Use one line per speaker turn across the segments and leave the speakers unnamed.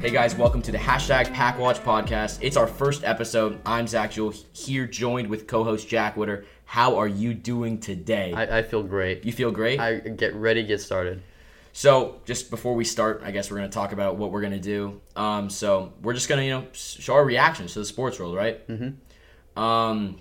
Hey guys, welcome to the hashtag Pack Watch podcast. It's our first episode. I'm Zach Jewell here, joined with co-host Jack Witter. How are you doing today?
I, I feel great.
you feel great.
I get ready, get started.
so just before we start, I guess we're gonna talk about what we're gonna do. Um, so we're just gonna you know s- show our reactions to the sports world, right? Mm-hmm. Um,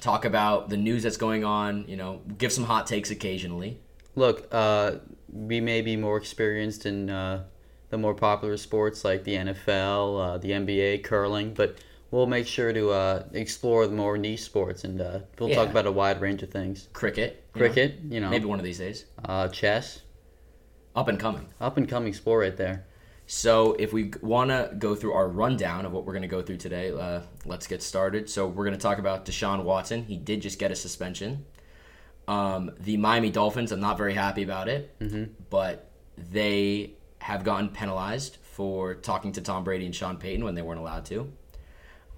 talk about the news that's going on. You know, give some hot takes occasionally.
Look, uh, we may be more experienced in uh, the more popular sports like the NFL, uh, the NBA, curling, but we'll make sure to uh, explore the more niche sports and uh, we'll talk
Yeah.
about a wide range of things.
Cricket, you know?
Cricket, you know,
maybe one of these days,
uh, chess,
up and coming.
up and coming sport right there.
So, if we want to go through our rundown of what we're going to go through today, uh, let's get started. So, we're going to talk about Deshaun Watson. He did just get a suspension. Um, the Miami Dolphins, I'm not very happy about it, but they have gotten penalized for talking to Tom Brady and Sean Payton when they weren't allowed to.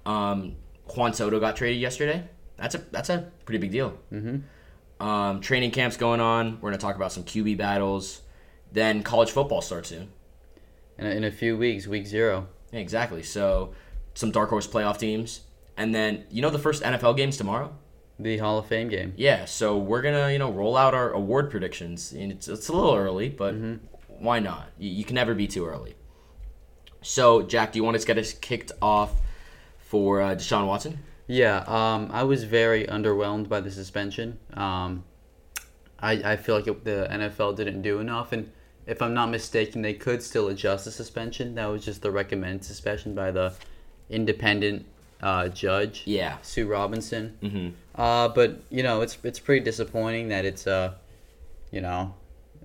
Um, Juan Soto got traded yesterday. That's a that's a pretty big deal. Um, training camps going on. We're going to talk about some QB battles. Then college football starts soon.
In a, in a few weeks, week zero.
Yeah, exactly. So some dark horse playoff teams, and then you know the first NFL games tomorrow.
The Hall of Fame game.
Yeah, so we're gonna you know roll out our award predictions, and it's it's a little early, but why not? You, you can never be too early. So Jack, do you want us to get us kicked off for uh, Deshaun Watson?
Yeah, um, I was very underwhelmed by the suspension. Um, I, I feel like it, the NFL didn't do enough, and if I'm not mistaken, they could still adjust the suspension. That was just the recommended suspension by the independent uh, judge,
Yeah,
Sue Robinson. Mm-hmm. Uh, but you know, it's it's pretty disappointing that it's uh, you know,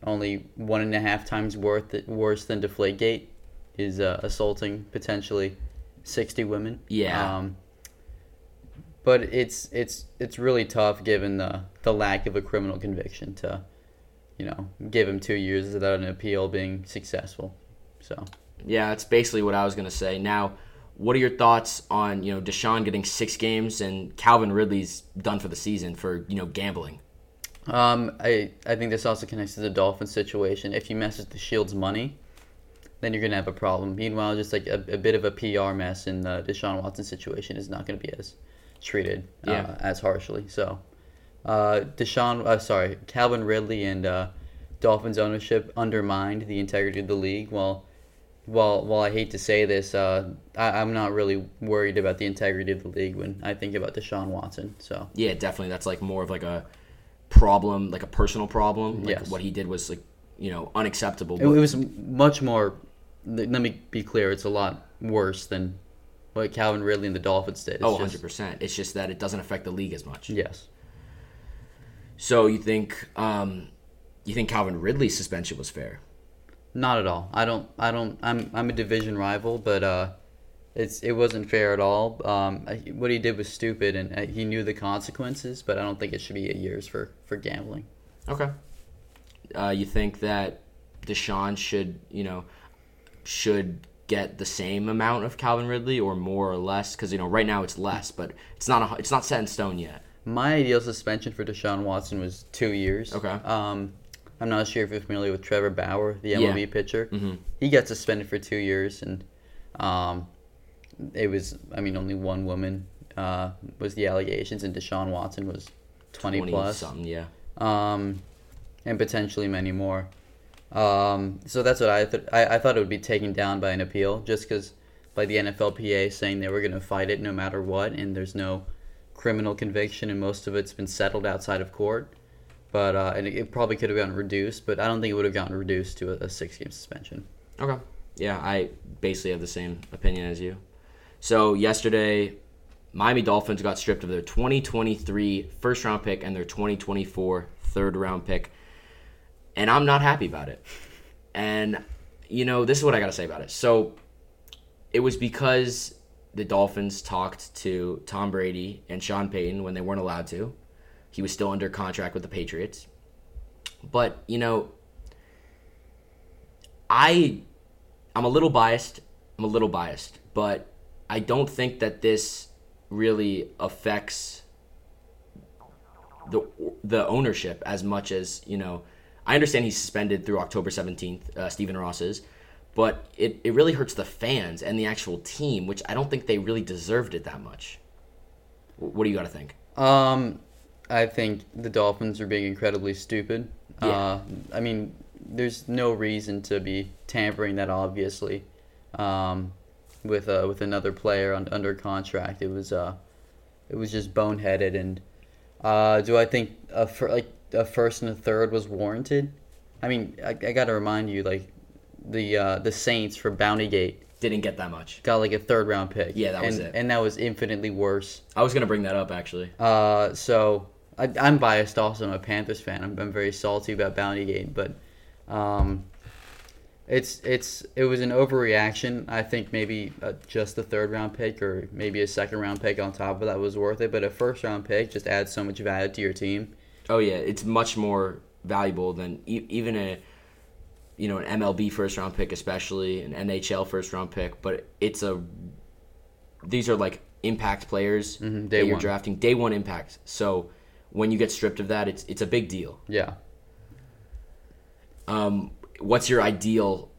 only one and a half times worth worse than Deflategate is uh, assaulting potentially sixty women.
Yeah.
Um, but it's it's it's really tough given the the lack of a criminal conviction to, you know, give him two years without an appeal being successful. So
yeah, that's basically what I was gonna say. Now, what are your thoughts on you know Deshaun getting six games and Calvin Ridley's done for the season for you know gambling?
um, I I think this also connects to the Dolphins situation. If you mess with the Shields' money, then you're gonna have a problem. Meanwhile, just like a, a bit of a PR mess in the Deshaun Watson situation is not gonna be as treated
Yeah.
uh, as harshly. So, uh, Deshaun, uh, sorry, Calvin Ridley and uh, Dolphins ownership undermined the integrity of the league. While while while I hate to say this, uh, I, I'm not really worried about the integrity of the league when I think about Deshaun Watson. So.
Yeah, definitely. That's like more of like a problem, like a personal problem. Like
Yes.
what he did was like, you know, unacceptable.
It, it was much more. Let me be clear. It's a lot worse than what Calvin Ridley and the Dolphins did. It's
oh,
just-
100%. It's just that it doesn't affect the league as much.
Yes.
So you think um you think Calvin Ridley's suspension was fair?
Not at all. I don't. I don't. I'm. I'm a division rival, but uh, it's. It wasn't fair at all. Um, I, what he did was stupid, and uh, he knew the consequences. But I don't think it should be eight years for for gambling.
Okay. Uh, you think that Deshaun should, you know, should get the same amount of Calvin Ridley or more or less cuz you know right now it's less, but it's not a, it's not set in stone yet.
My ideal suspension for Deshaun Watson was two years.
Okay.
Um, I'm not sure if you're familiar with Trevor Bauer, the MLB
Yeah.
pitcher. Mm-hmm. He got suspended for two years, and um, it was, I mean, only one woman uh, was the allegations, and Deshaun Watson was 20,
20
plus,
something, yeah.
um, and potentially many more. Um, so that's what I, th- I I thought it would be taken down by an appeal, just because by the NFLPA saying they were going to fight it no matter what, and there's no criminal conviction, and most of it's been settled outside of court. But uh, and it, it probably could have gotten reduced, but I don't think it would have gotten reduced to a, a six-game suspension.
Okay. Yeah, I basically have the same opinion as you. So yesterday, Miami Dolphins got stripped of their 2023 first round pick and their 2024 third round pick, and I'm not happy about it. And you know, this is what I gotta say about it. So it was because the Dolphins talked to Tom Brady and Sean Payton when they weren't allowed to. He was still under contract with the Patriots. But, you know, I I'm a little biased. I'm a little biased, but I don't think that this really affects the the ownership as much as you know. I understand he's suspended through October seventeenth. Uh, Stephen Ross is, But it, it really hurts the fans and the actual team, which I don't think they really deserved it that much. W- What do you got to think?
Um, I think the Dolphins are being incredibly stupid.
Yeah.
Uh, I mean, there's no reason to be tampering that obviously, um, with uh, with another player on, under contract. It was uh, it was just boneheaded. And uh, do I think a fir- like a first and a third was warranted? I mean, I, I got to remind you, like the uh, the Saints for Bountygate
Didn't get that much.
got like a third round pick.
Yeah, that was
and,
it.
and that was infinitely worse.
I was going to bring that up, actually.
Uh, so I, I'm biased also. I'm a Panthers fan. I'm, I'm very salty about Bountygate, but um, it's it's it was an overreaction. I think maybe uh, just the third round pick or maybe a second round pick on top of that was worth it, but a first round pick just adds so much value to your team.
Oh yeah, it's much more valuable than e- even a you know an MLB first round pick, especially an NHL first round pick. But it's a these are like impact players
Mhm, day
that you're
one.
drafting day one impact. So when you get stripped of that, it's it's a big deal.
Yeah.
Um, what's your ideal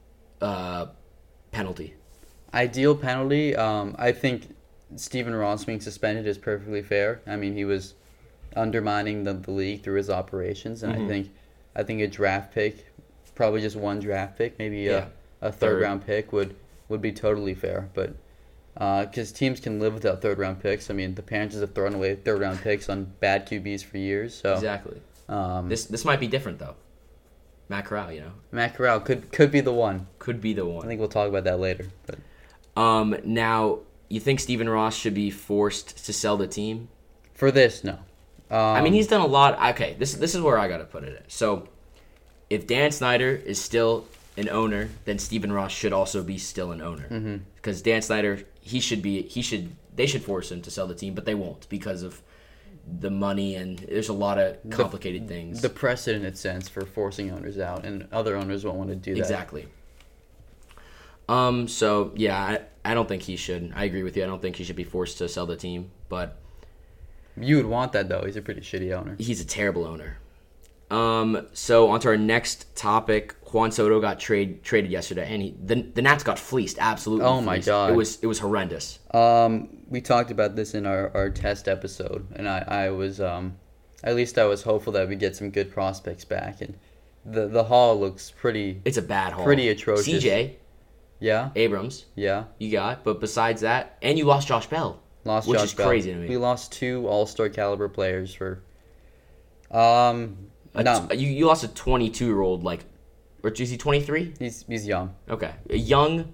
uh, penalty?
Ideal penalty. Um, I think Stephen Ross being suspended is perfectly fair. I mean, he was undermining the, the league through his operations, and
Mm-hmm.
I think I think a draft pick, probably just one draft pick, maybe
Yeah.
a, a third,
Third.
round pick would would be totally fair. But because teams can live without third round picks. I mean, the Panthers have thrown away third round picks on bad QBs for years. So
Exactly.
um,
This this might be different though. Matt Corral, you know,
Matt Corral could could be the one.
could be the one.
I think we'll talk about that later. But
Um, now you think Stephen Ross should be forced to sell the team?
for this, no. Um,
I mean, he's done a lot. Okay, this this is where I gotta put it. At. So, if Dan Snyder is still an owner, then Stephen Ross should also be still an owner
Mm-hmm.
because Dan Snyder he should be he should they should force him to sell the team, but they won't because of the money and there's a lot of complicated things.
the precedent it sets for forcing owners out, and other owners won't want to do that.
exactly. Um. So yeah, I, I don't think he should. I agree with you. I don't think he should be forced to sell the team, but
You would want that though. He's a pretty shitty owner.
he's a terrible owner. Um, so on to our next topic. Juan Soto got trade traded yesterday, and he, the the Nats got fleeced. Absolutely.
Oh my
fleeced.
God.
It was it was horrendous.
Um, we talked about this in our, our test episode, and I, I was um, at least I was hopeful that we get some good prospects back, and the the haul looks pretty.
It's a bad haul.
Pretty atrocious.
CJ
Yeah,
Abrams,
yeah.
you got, but besides that, and you lost Josh Bell.
Lost
which
Josh
is
Bell.
crazy to me.
We lost two All Star caliber players for. Um,
A t-
no,
you you lost a 22 year old like, or is he 23?
he's he's young.
Okay, a young,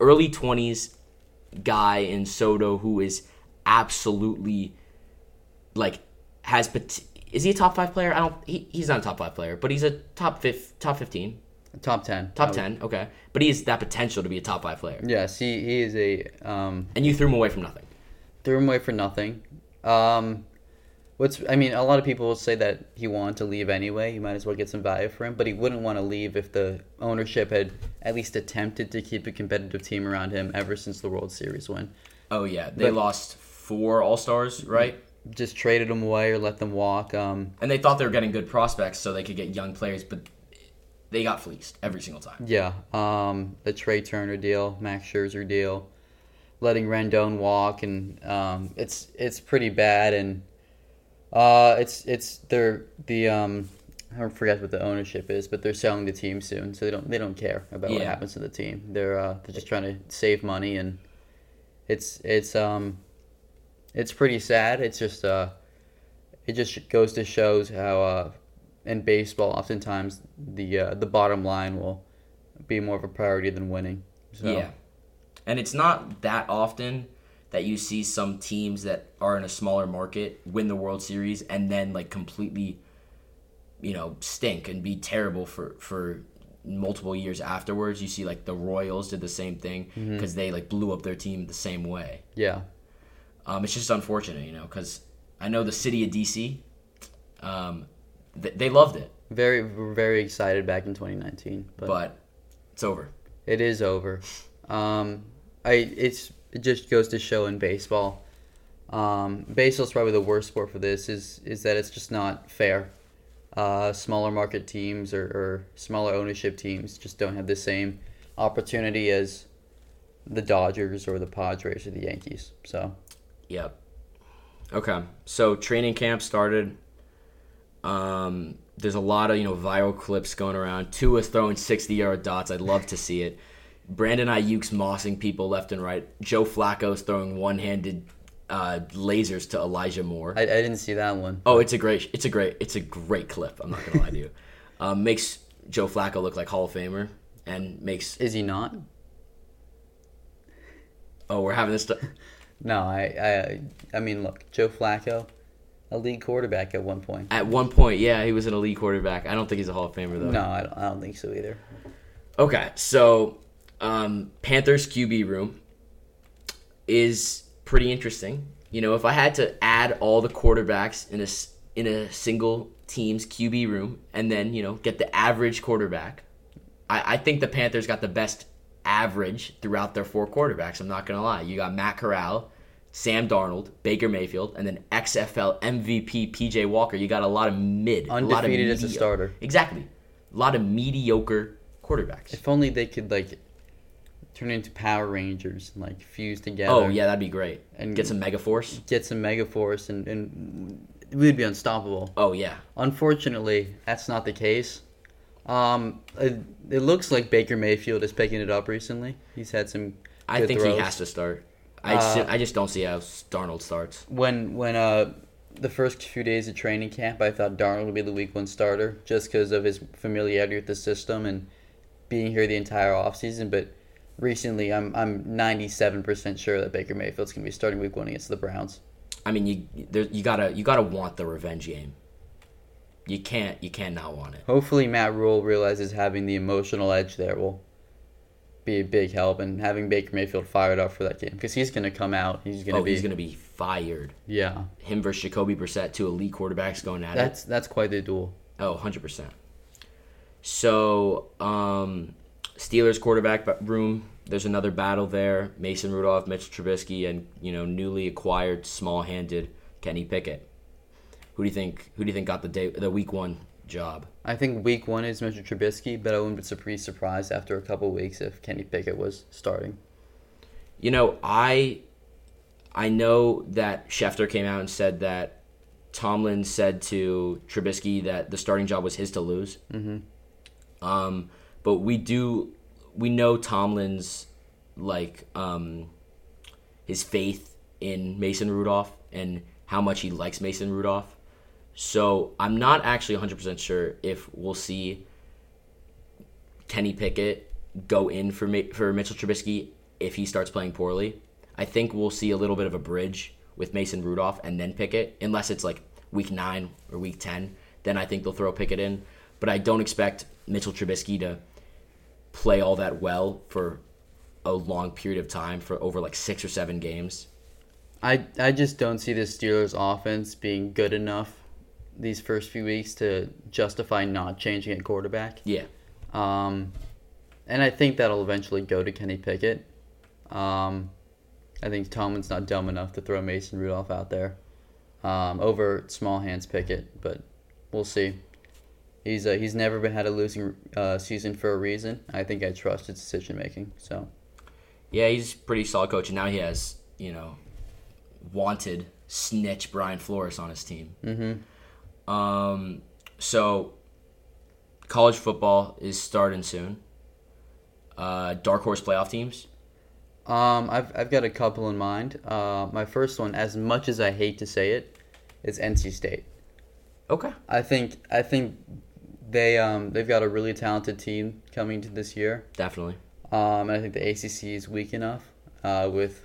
early 20s guy in Soto who is absolutely like has pot- is he a top five player? I don't. He, he's not a top five player, but he's a top fifth, top 15,
Top ten.
top
I
10.
would-
Okay, but he has that potential to be a top five player,
Yes, he he is a um
and you threw him away from nothing.
threw him away for nothing. Um, what's I mean, a lot of people will say that he wanted to leave anyway. You might as well get some value for him, but he wouldn't want to leave if the ownership had at least attempted to keep a competitive team around him ever since the World Series win.
Oh yeah, they
But-
lost four All Stars, right?
Just traded him away or let them walk. Um,
And they thought they were getting good prospects so they could get young players, but they got fleeced every single time.
yeah, um, the Trey Turner deal, Max Scherzer deal, letting Rendon walk, and um, it's it's pretty bad. And Uh, it's it's they're the um I don't forget what the ownership is, but they're selling the team soon, so they don't they don't care about what
Yeah.
happens to the team. They're uh they're just trying to save money, and it's it's um it's pretty sad. It's just uh it just goes to shows how uh in baseball oftentimes the uh, the bottom line will be more of a priority than winning. So,
Yeah. And it's not that often that you see some teams that are in a smaller market win the World Series and then like completely you know stink and be terrible for for multiple years afterwards. You see like the Royals did the same thing cuz they like blew up their team the same way.
yeah.
Um, it's just unfortunate, you know, cuz I know the city of DC um th- they loved it,
Very we're very excited back in 2019, but
but it's over.
It is over. Um, I it's it just goes to show in baseball. Um, baseball's probably the worst sport for this. Is is that it's just not fair. Uh, smaller market teams or, or smaller ownership teams just don't have the same opportunity as the Dodgers or the Padres or the Yankees. So
Yep. Okay. So training camp started. Um, there's a lot of you know viral clips going around. Tua's throwing 60 yard dots. I'd love to see it. Brandon Ayuk's mossing people left and right. Joe Flacco's throwing one handed uh, lasers to Elijah Moore.
I, I didn't see that one.
Oh, it's a great, it's a great, it's a great clip. I'm not gonna lie to you. Um, makes Joe Flacco look like Hall of Famer, and makes
Is he not?
oh, we're having this. St-
No, I I I mean look, Joe Flacco, a lead quarterback at one point.
At one point, yeah, he was an elite quarterback. I don't think he's a Hall of Famer though.
No, I don't, I don't think so either.
Okay, so um, Panthers QB room is pretty interesting. You know, if I had to add all the quarterbacks in a s- in a single team's QB room, and then you know get the average quarterback, I, I think the Panthers got the best average throughout their four quarterbacks. I'm not gonna lie. You got Matt Corral, Sam Darnold, Baker Mayfield, and then XFL MVP PJ Walker. You got a lot of mid, a lot of
Undefeated as a
medio-
starter.
Exactly, a lot of mediocre quarterbacks.
If only they could like turn into Power Rangers and like fuse together.
Oh yeah, that'd be great. And
And-
get some Megaforce.
Get some Mega Force and and we'd be unstoppable.
Oh yeah.
Unfortunately, that's not the case. Um, it, it looks like Baker Mayfield is picking it up recently. He's had some.
I
good
think
throws. Uh,
he has to start. I, si- I just don't see how S- Darnold starts.
when when uh the first few days of training camp, I thought Darnold would be the week one starter just because of his familiarity with the system and being here the entire offseason. But recently, I'm I'm 97% sure that Baker Mayfield's going to be starting week one against the Browns.
I mean, you there, you gotta you gotta want the revenge game. You can't you can't not want it.
Hopefully, Matt Rule realizes having the emotional edge there will be a big help and having Baker Mayfield fired up for that game because he's going to come out. He's going to
oh,
be.
he's gonna be fired.
yeah.
Him versus Jacoby Brissett, two elite quarterbacks going at it.
That's, that's quite the duel.
Oh, 100%. So, um, Steelers quarterback ba- room, there's another battle there. Mason Rudolph, Mitch Trubisky, and, you know, newly acquired small-handed Kenny Pickett. Who do you think who do you think got the day the week 1 job?
I think week one is Mr. Trubisky, but I wouldn't be surprised, surprised after a couple weeks if Kenny Pickett was starting.
You know, I I know that Schefter came out and said that Tomlin said to Trubisky that the starting job was his to lose. Mm-hmm. Um, but we do we know Tomlin's like um, his faith in Mason Rudolph and how much he likes Mason Rudolph. So I'm not actually 100% sure if we'll see Kenny Pickett go in for Mi- for Mitchell Trubisky if he starts playing poorly. I think we'll see a little bit of a bridge with Mason Rudolph and then Pickett, unless it's like week nine or week ten. Then I think they'll throw Pickett in, but I don't expect Mitchell Trubisky to play all that well for a long period of time for over like six or seven games.
I, I just don't see the Steelers' offense being good enough these first few weeks to justify not changing at quarterback.
Yeah,
Um, and I think that'll eventually go to Kenny Pickett. Um, I think Tomlin's not dumb enough to throw Mason Rudolph out there um, over small hands Pickett, but we'll see. He's uh, he's never been had a losing uh, season for a reason. I think I trust his decision making. So
yeah, he's a pretty solid coach, and now he has you know wanted snitch Brian Flores on his team.
mm-hmm.
Um, so college football is starting soon. Uh, dark horse playoff teams.
um, I've I've got a couple in mind. Uh, my first one, as much as I hate to say it, is NC State.
Okay.
I think I think they um, they've got a really talented team coming to this year.
Definitely.
Um, and I think the ACC is weak enough uh, with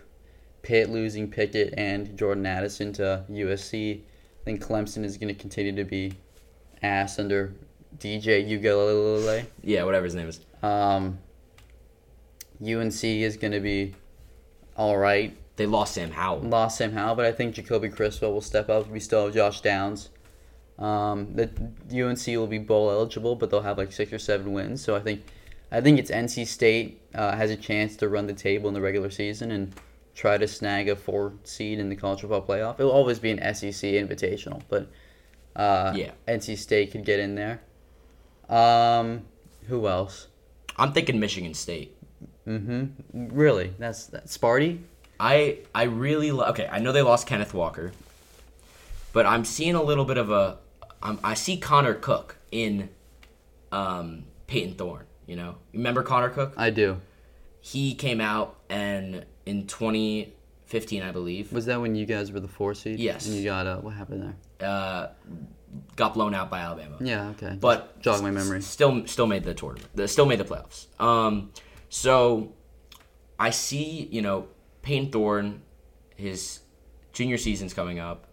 Pitt losing Pickett and Jordan Addison to USC. I think Clemson is going to continue to be ass under DJ Ugalele.
Yeah, whatever his name is.
Um, UNC is going to be all right.
They lost Sam Howell.
Lost Sam Howell, but I think Jacoby Criswell will step up. We still have Josh Downs. Um, the UNC will be bowl eligible, but they'll have like six or seven wins. So I think, I think it's NC State uh, has a chance to run the table in the regular season and try to snag a four seed in the college football playoff. It'll always be an SEC invitational, but uh,
Yeah.
NC State could get in there. Um, who else?
I'm thinking Michigan State.
Mm-hmm. Really? That's that Sparty?
I I really lo- okay. I know they lost Kenneth Walker, but I'm seeing a little bit of a. I'm, I see Connor Cook in, um, Peyton Thorne. You know, remember Connor Cook?
I do.
He came out and in 2015, I believe,
Was that when you guys were the four seed?
Yes.
And you got uh, what happened there?
uh, got blown out by Alabama.
Yeah. Okay.
but
Just jog my
s-
memory.
s- Still, still made the tournament. the- Still made the playoffs. Um, so I see, you know, Payne Thorne, his junior season's coming up.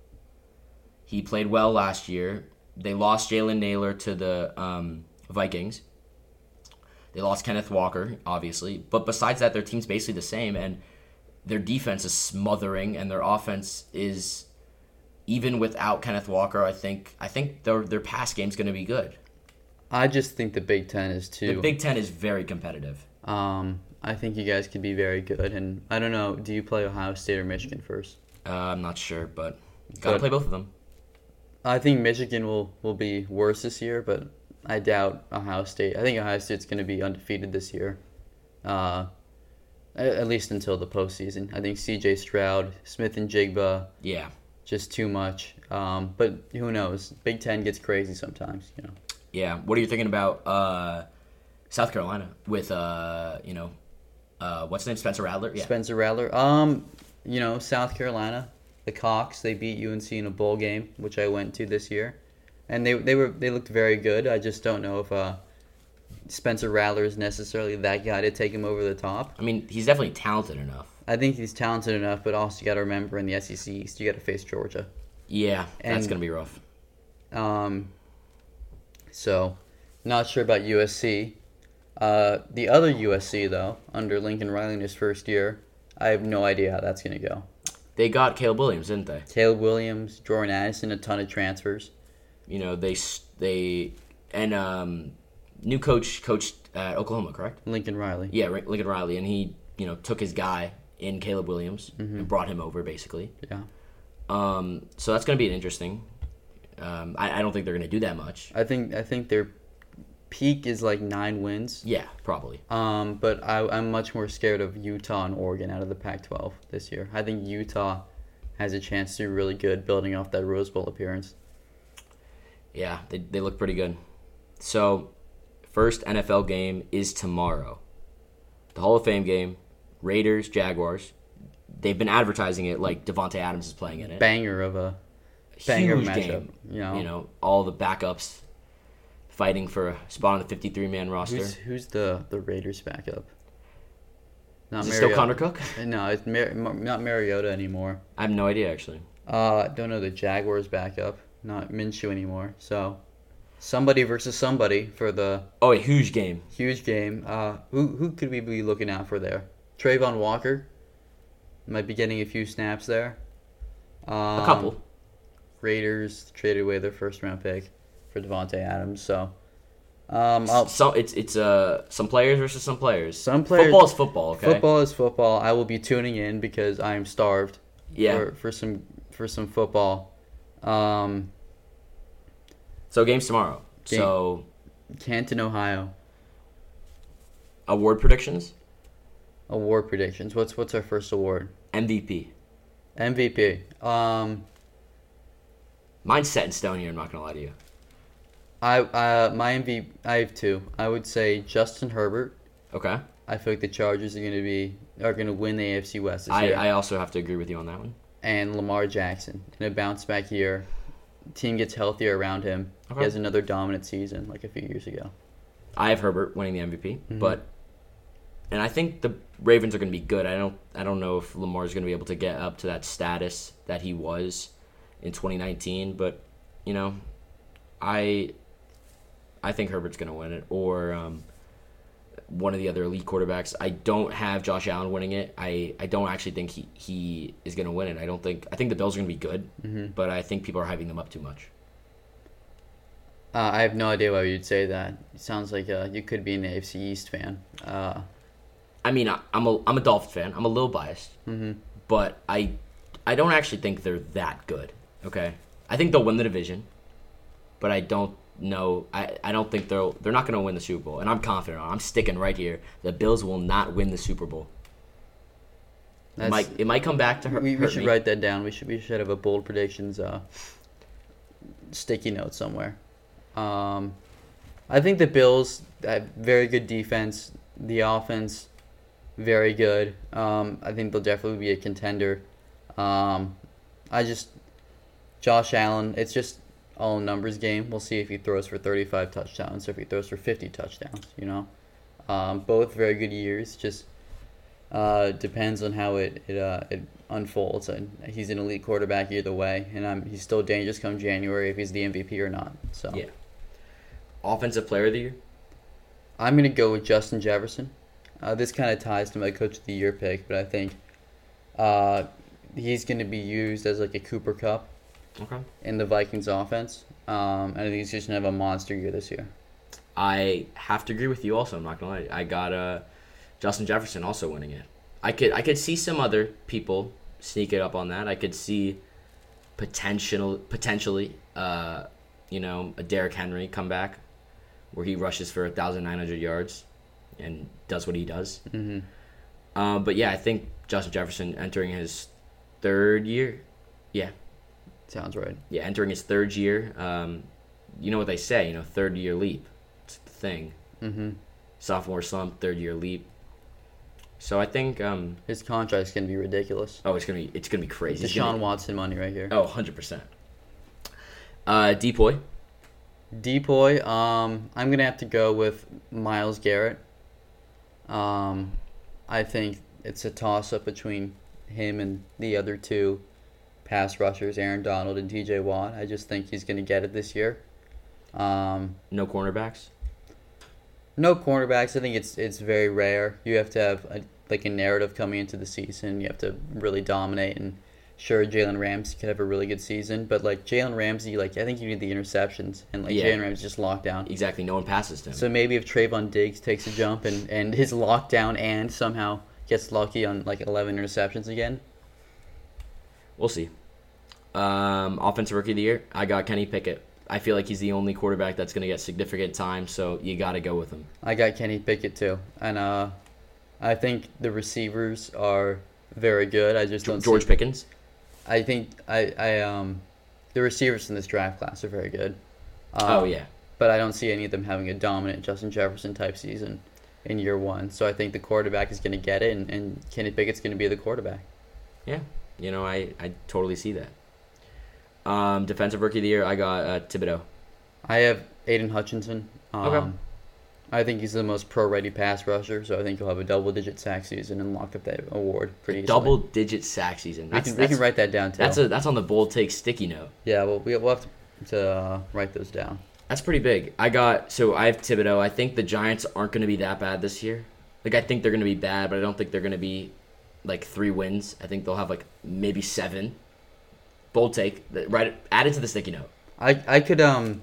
He played well last year. They lost Jalen Naylor to the um, Vikings. They lost Kenneth Walker, obviously, but besides that, their team's basically the same, and their defense is smothering, and their offense is even without Kenneth Walker. I think I think their their pass game's going to be good.
I just think the Big Ten is too.
The Big Ten is very competitive.
um, I think you guys could be very good, and I don't know. Do you play Ohio State or Michigan first?
Uh, I'm not sure, but gotta
But-
play both of them.
I think Michigan will will be worse this year, but I doubt Ohio State. I think Ohio State's going to be undefeated this year, uh, a- at least until the postseason. I think C.J. Stroud, Smith and Jigba,
Yeah,
just too much. Um, but who knows? Big Ten gets crazy sometimes, you know.
yeah. What are you thinking about uh, South Carolina with uh, you know, uh, what's his name, Spencer Rattler? Yeah,
Spencer Rattler. Um, you know, South Carolina, the Cox, they beat UNC in a bowl game, which I went to this year, and they they were they looked very good. I just don't know if uh, Spencer Rattler is necessarily that guy to take him over the top.
I mean he's definitely talented enough.
I think he's talented enough, but also you got to remember in the SEC East, you got to face Georgia.
Yeah, that's
And-
gonna be rough.
Um, so, not sure about USC. Uh, the other USC though, under Lincoln Riley in his first year, I have no idea how that's gonna go.
They got Caleb Williams, didn't they?
Caleb Williams, Jordan Addison, a ton of transfers.
You know they s- they and um, new coach coached at Oklahoma, correct?
Lincoln Riley.
Yeah, Ri- Lincoln Riley, and he you know took his guy in Caleb Williams and brought him over basically.
Yeah.
Um, so that's going to be an interesting. Um, I, I don't think they're going to do that much.
I think I think their peak is like nine wins.
Yeah, probably.
Um, but I, I'm much more scared of Utah and Oregon out of the Pac-12 this year. I think Utah has a chance to do really good, building off that Rose Bowl appearance.
Yeah, they, they look pretty good. So, first NFL game is tomorrow. The Hall of Fame game, Raiders, Jaguars. They've been advertising it like Devonte Adams is playing in it.
Banger of a banger
Huge
matchup.
game.
You know,
You know, all the backups fighting for a spot on the 53 man roster.
who's
Is
who's the the Raiders backup? Not
it still
Mariota.
Connor Cook?
No, it's Mar- Mar- not Mariota anymore.
I have no idea, actually.
Uh, don't know the Jaguars backup, not Minshew anymore. So, somebody versus somebody for the
Oh, a huge game.
huge game. Uh, who who could we be looking out for there? Trayvon Walker might be getting a few snaps there. Um,
A couple.
Raiders traded away their first round pick for Devonte Adams. So, um, I'll,
So it's it's uh some players versus some players.
Some players-
Football is football. Okay.
football is football. I will be tuning in because I am starved.
Yeah.
For, for some for some football. Um,
So games tomorrow. So
Canton, Ohio.
award predictions.
Award predictions. What's what's our first award?
MVP.
MVP. Um,
Mine's set in stone here. I'm not gonna lie to you.
I uh, my MVP. I have two. I would say Justin Herbert.
Okay.
I feel like the Chargers are going to be are going to win the AFC West this
I,
year.
I also have to agree with you on that one.
and Lamar Jackson in a bounce back year. Team gets healthier around him.
Okay.
He has another dominant season like a few years ago.
I have Herbert winning the MVP, but and I think the Ravens are gonna be good. I don't I don't know if Lamar's gonna be able to get up to that status that he was in 2019, but you know, I I think Herbert's gonna win it or. Um, one of the other elite quarterbacks. I don't have Josh Allen winning it. I, I don't actually think he, he is going to win it. I don't think I think the Bills are going to be good, but I think people are hyping them up too much.
Uh, I have no idea why you'd say that. It sounds like uh, you could be an AFC East fan. Uh,
I mean, I, I'm a I'm a Dolphin fan. I'm a little biased,
mm-hmm.
but I I don't actually think they're that good. Okay, I think they'll win the division, but I don't no, I, I don't think they'll they're not going to win the Super Bowl, and I'm confident on. I'm sticking right here. The Bills will not win the Super Bowl. It
That's-
might it might come back to her.
we, we should write that down. We should we should have a bold predictions uh, sticky note somewhere. Um, I think the Bills have very good defense. The offense, very good. Um, I think they'll definitely be a contender. Um, I just Josh Allen. It's just all numbers game. We'll see if he throws for thirty-five touchdowns or if he throws for fifty touchdowns. You know, um, both very good years. Just uh, depends on how it it, uh, it unfolds. And he's an elite quarterback either way, and um, he's still dangerous come January if he's the MVP or not. So
Yeah. Offensive Player of the Year.
I'm gonna go with Justin Jefferson. Uh, this kind of ties to my Coach of the Year pick, but I think uh, he's gonna be used as like a Cooper Cup
Okay.
in the Vikings offense, um, and I think he's just gonna have a monster year this year.
I have to agree with you. Also, I'm not gonna lie. I got uh, Justin Jefferson also winning it. I could I could see some other people sneak it up on that. I could see potential potentially uh, you know a Derrick Henry comeback where he rushes for 1,900 yards and does what he does.
Mm-hmm.
Uh, but yeah, I think Justin Jefferson entering his third year. Yeah,
Sounds right.
yeah, entering his third year. Um, you know what they say, you know, third year leap. It's the thing
Mm-hmm.
sophomore slump, third year leap. So I think um
His contract's gonna be ridiculous.
oh it's gonna be it's gonna be crazy. It's
Deshaun
gonna
Watson money right here.
be, oh 100 percent. Uh Depoy.
Depoy, um, I'm gonna have to go with Miles Garrett. Um, I think it's a toss up between him and the other two pass rushers, Aaron Donald and T.J. Watt. I just think he's gonna get it this year. Um,
No cornerbacks.
no cornerbacks. I think it's it's very rare. You have to have a, like a narrative coming into the season. You have to really dominate. And sure, Jalen Ramsey could have a really good season, but like Jalen Ramsey, like I think you need the interceptions, and like
Yeah.
Jalen Ramsey just locked down.
Exactly, no one passes to him.
So maybe if Trayvon Diggs takes a jump and, and his lockdown and somehow gets lucky on like 11 interceptions again.
we'll see. Um offensive rookie of the year, I got Kenny Pickett. I feel like he's the only quarterback that's gonna get significant time, so you gotta go with him.
I got Kenny Pickett too. And uh, I think the receivers are very good. I just don't
George
see,
Pickens.
I think I, I um the receivers in this draft class are very good. Um,
oh yeah.
But I don't see any of them having a dominant Justin Jefferson type season in year one. So I think the quarterback is going to get it, and, and Kenny Pickett's going to be the quarterback.
Yeah, you know, I, I totally see that. Um, defensive rookie of the year, I got uh, Thibodeau.
I have Aiden Hutchinson. Um,
Okay.
I think he's the most pro-ready pass rusher, so I think he'll have a double-digit sack season and lock up that award pretty easily.
Double digit sack season.
We
That's,
can, we
that's,
can write that down too.
that's, a, that's on the bold take sticky note.
yeah, well, we- we'll have to, to uh, write those down.
That's pretty big. I got so I have Thibodeau. I think the Giants aren't going to be that bad this year. Like I think they're going to be bad, but I don't think they're going to be like three wins. I think they'll have like maybe seven. Bold take. Th- Right, add it to the sticky note.
I I could um,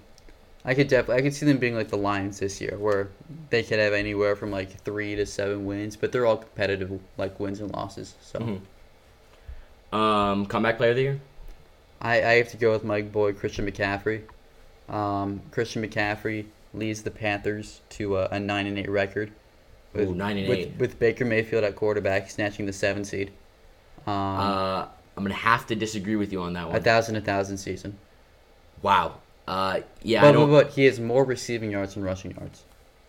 I could definitely I could see them being like the Lions this year, where they could have anywhere from like three to seven wins, but they're all competitive like wins and losses. So
Mhm.
Mm-hmm.
Um, comeback player of the year.
I, I have to go with my boy Christian McCaffrey. Um, Christian McCaffrey leads the Panthers to a, a nine and eight record.
Ooh, 9 and
with,
8.
with Baker Mayfield at quarterback, snatching the seven seed. Um,
Uh, I'm gonna have to disagree with you on that
a
one.
thousand, a thousand season.
wow. Uh, yeah, I
but,
don't.
but, but he has more receiving yards than rushing yards.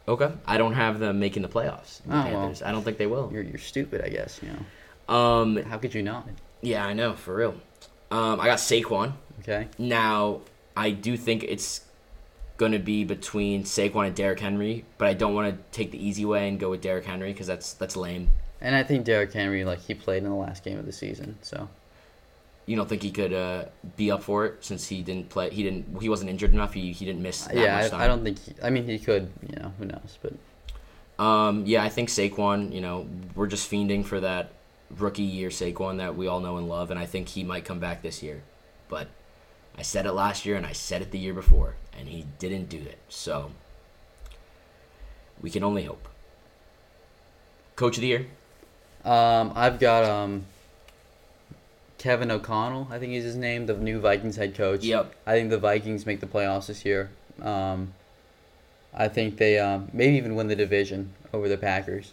Okay, I don't have them making the playoffs. The
Oh, well.
Panthers. I don't think they will.
You're you're stupid, I guess. You know
Um,
how could you not?
yeah, I know for real. Um, I got Saquon.
Okay.
Now, I do think it's going to be between Saquon and Derrick Henry, but I don't want to take the easy way and go with Derrick Henry because that's that's lame.
And I think Derrick Henry, like he played in the last game of the season, so
You don't think he could uh, be up for it since he didn't play? He didn't. He wasn't injured enough. He, he didn't miss. That
yeah,
much time.
I, I don't think. He, I mean, he could. You know, who knows? But
Um, yeah, I think Saquon. You know, we're just fiending for that rookie year Saquon that we all know and love, and I think he might come back this year. But I said it last year, and I said it the year before, and he didn't do it. So we can only hope. Coach of the year.
Um, I've got um, Kevin O'Connell. I think is his name, the new Vikings head coach.
Yep.
I think the Vikings make the playoffs this year. Um, I think they um, maybe even win the division over the Packers.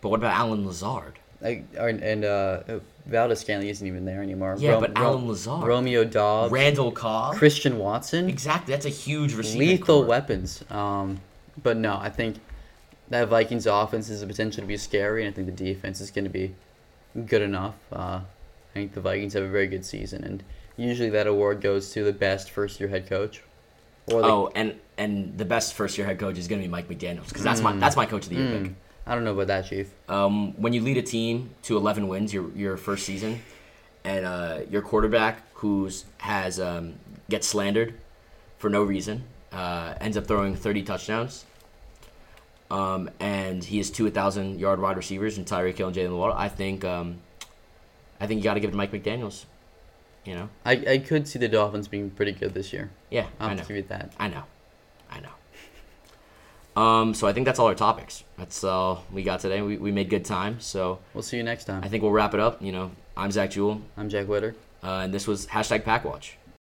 But what about Alan Lazard?
Like, or- and uh, Valdez Scantling isn't even there anymore.
Yeah, but Alan Lazard.
Romeo Dobbs,
Randall Cobb.
Christian Watson,
Exactly. That's a huge receiver.
lethal weapons. Um, but no, I think that Vikings offense has the potential to be scary, and I think the defense is going to be good enough. Uh, I think the Vikings have a very good season, and usually that award goes to the best first-year head coach. Or the,
Oh, and and the best first year head coach is going to be Mike McDaniels because that's
Mm.
my that's my coach of the year pick.
Hmm. I don't know about that, Chief.
Um, when you lead a team to 11 wins your your first season, and uh, your quarterback who's has um, gets slandered for no reason, uh, ends up throwing 30 touchdowns, um, and he has two 1,000 yard wide receivers in Tyreek Hill and Jalen Waddle. I think um, I think you got to give it to Mike McDaniel's. You know,
I, I could see the Dolphins being pretty good this year.
yeah,
I'll
I know.
give you that.
I know. I know. Um, so I think that's all our topics. That's all we got today. We, we made good time. So
We'll see you next time.
I think we'll wrap it up. You know, I'm Zach Jewell,
I'm Jack Witter.
uh, and this was hashtag PackWatch.